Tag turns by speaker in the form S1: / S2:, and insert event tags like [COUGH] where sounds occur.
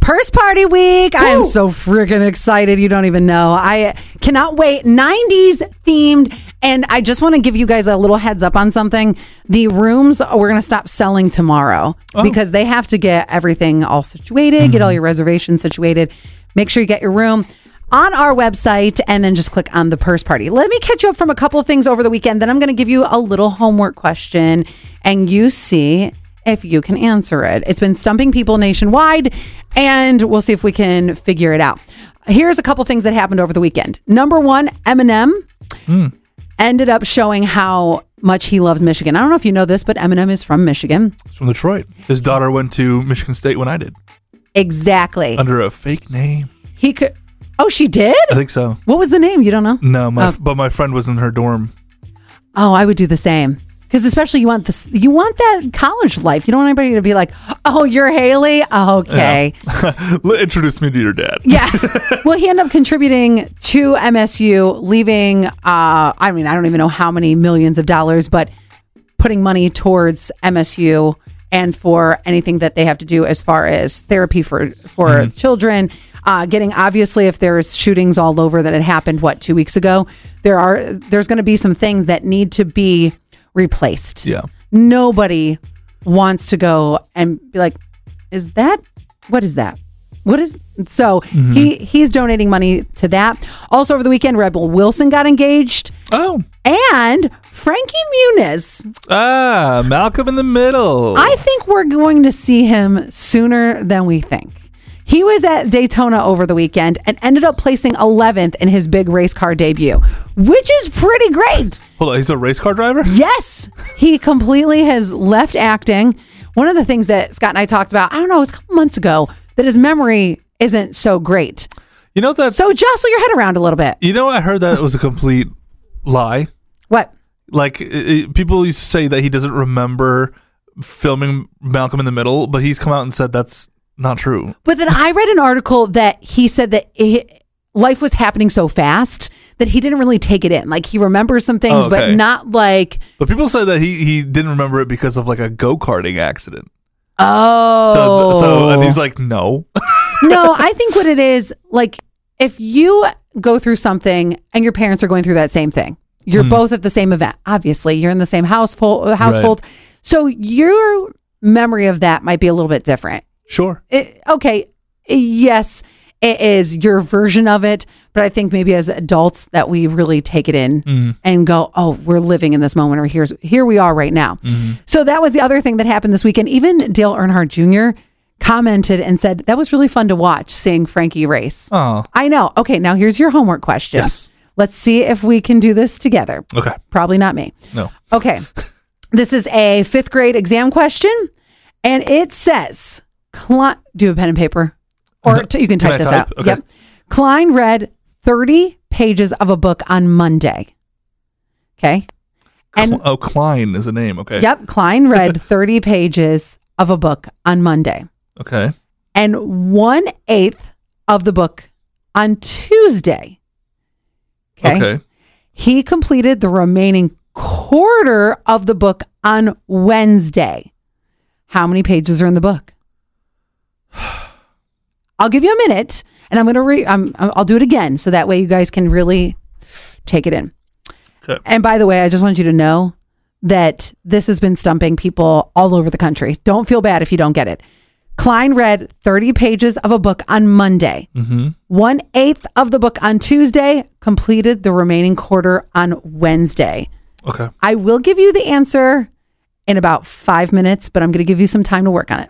S1: first party week. I am so freaking excited. You don't even know. I cannot wait. 90s themed. And I just want to give you guys a little heads up on something. The rooms, we're going to stop selling tomorrow because they have to get everything all situated, get all your reservations situated. Make sure you get your room on our website and then just click on the purse party. Let me catch you up from a couple things over the weekend. Then I'm going to give you a little homework question and you see if you can answer it. It's been stumping people nationwide, and we'll see if we can figure it out. Here's a couple things that happened over the weekend. Number one, Eminem ended up showing how much he loves Michigan. I don't know if you know this, but Eminem is from Michigan.
S2: It's from Detroit. His daughter went to Michigan State when I did
S1: Exactly.
S2: under a fake name.
S1: He could. Oh, she did?
S2: I think so.
S1: What was the name? You don't know?
S2: No, my,
S1: Oh.
S2: but my friend was in her dorm. [LAUGHS]
S1: Oh, I would do the same. Because especially you want this, you want that college life. You don't want anybody to be like, "Oh, you're Haley." Okay,
S2: Introduce me to your dad.
S1: yeah. well, he ended up contributing to MSU, leaving. Uh, I mean, I don't even know how many millions of dollars, but putting money towards MSU and for anything that they have to do as far as therapy for for children. Uh, getting obviously, if there's shootings all over that had happened, what two weeks ago, there are there's going to be some things that need to be replaced.
S2: Yeah.
S1: Nobody wants to go and be like, is that what is that? What is so he he's donating money to that. Also over the weekend, Rebel Wilson got engaged
S2: Oh.
S1: and Frankie Muniz.
S2: Ah, Malcolm in the Middle.
S1: I think we're going to see him sooner than we think. He was at Daytona over the weekend and ended up placing 11th in his big race car debut, which is pretty great.
S2: Hold on, he's a race car driver?
S1: Yes, he completely has left acting. One of the things that Scott and I talked about, I don't know, it was a couple months ago, that his memory isn't so great.
S2: You know that's
S1: So jostle your head around a little bit.
S2: You know I heard that was a complete lie.
S1: What?
S2: Like i i- people used to say that he doesn't remember filming Malcolm in the Middle, but he's come out and said that's not true.
S1: But then I read an article that he said that he, life was happening so fast that he didn't really take it in. Like he remembers some things,
S2: Oh,
S1: but
S2: okay.
S1: not like,
S2: But people said that he he didn't remember it because of like a go karting accident.
S1: oh.
S2: So so and he's like no. [LAUGHS]
S1: no, I think what it is, like, if you go through something and your parents are going through that same thing, you're both at the same event. Obviously, you're in the same household. Household, so your memory of that might be a little bit different.
S2: sure.
S1: It, okay, yes, it is your version of it, but I think maybe as adults that we really take it in and go, "Oh, we're living in this moment," or "Here's here we are right now." So that was the other thing that happened this weekend. Even Dale Earnhardt Jr. commented and said that was really fun to watch seeing Frankie race.
S2: Oh.
S1: I know. Okay, now here's your homework question.
S2: Yes.
S1: Let's see if we can do this together.
S2: Okay.
S1: Probably not me.
S2: No.
S1: Okay. this is a fifth grade exam question, and it says, Cli- do a pen and paper, or t- you can
S2: Uh-huh. Can
S1: type
S2: I
S1: this
S2: type?
S1: out.
S2: Okay.
S1: Yep. Klein read 30 pages of a book on Monday. Okay. And
S2: oh, Klein is a name. Okay.
S1: yep,
S2: [LAUGHS]
S1: Klein read 30 pages of a book on Monday
S2: Okay.
S1: and one eighth of the book on Tuesday.
S2: Okay.
S1: He completed the remaining quarter of the book on Wednesday. How many pages are in the book? [SIGHS] I'll give you a minute and I'm going to re I'm, I'll do it again so that way you guys can really take it in.
S2: Okay.
S1: And by the way, I just want you to know that this has been stumping people all over the country. Don't feel bad if you don't get it. Klein read 30 pages of a book on Monday.
S2: Mm-hmm.
S1: One eighth of the book on Tuesday, completed the remaining quarter on Wednesday.
S2: Okay.
S1: I will give you the answer in about five minutes, but I'm going to give you some time to work on it.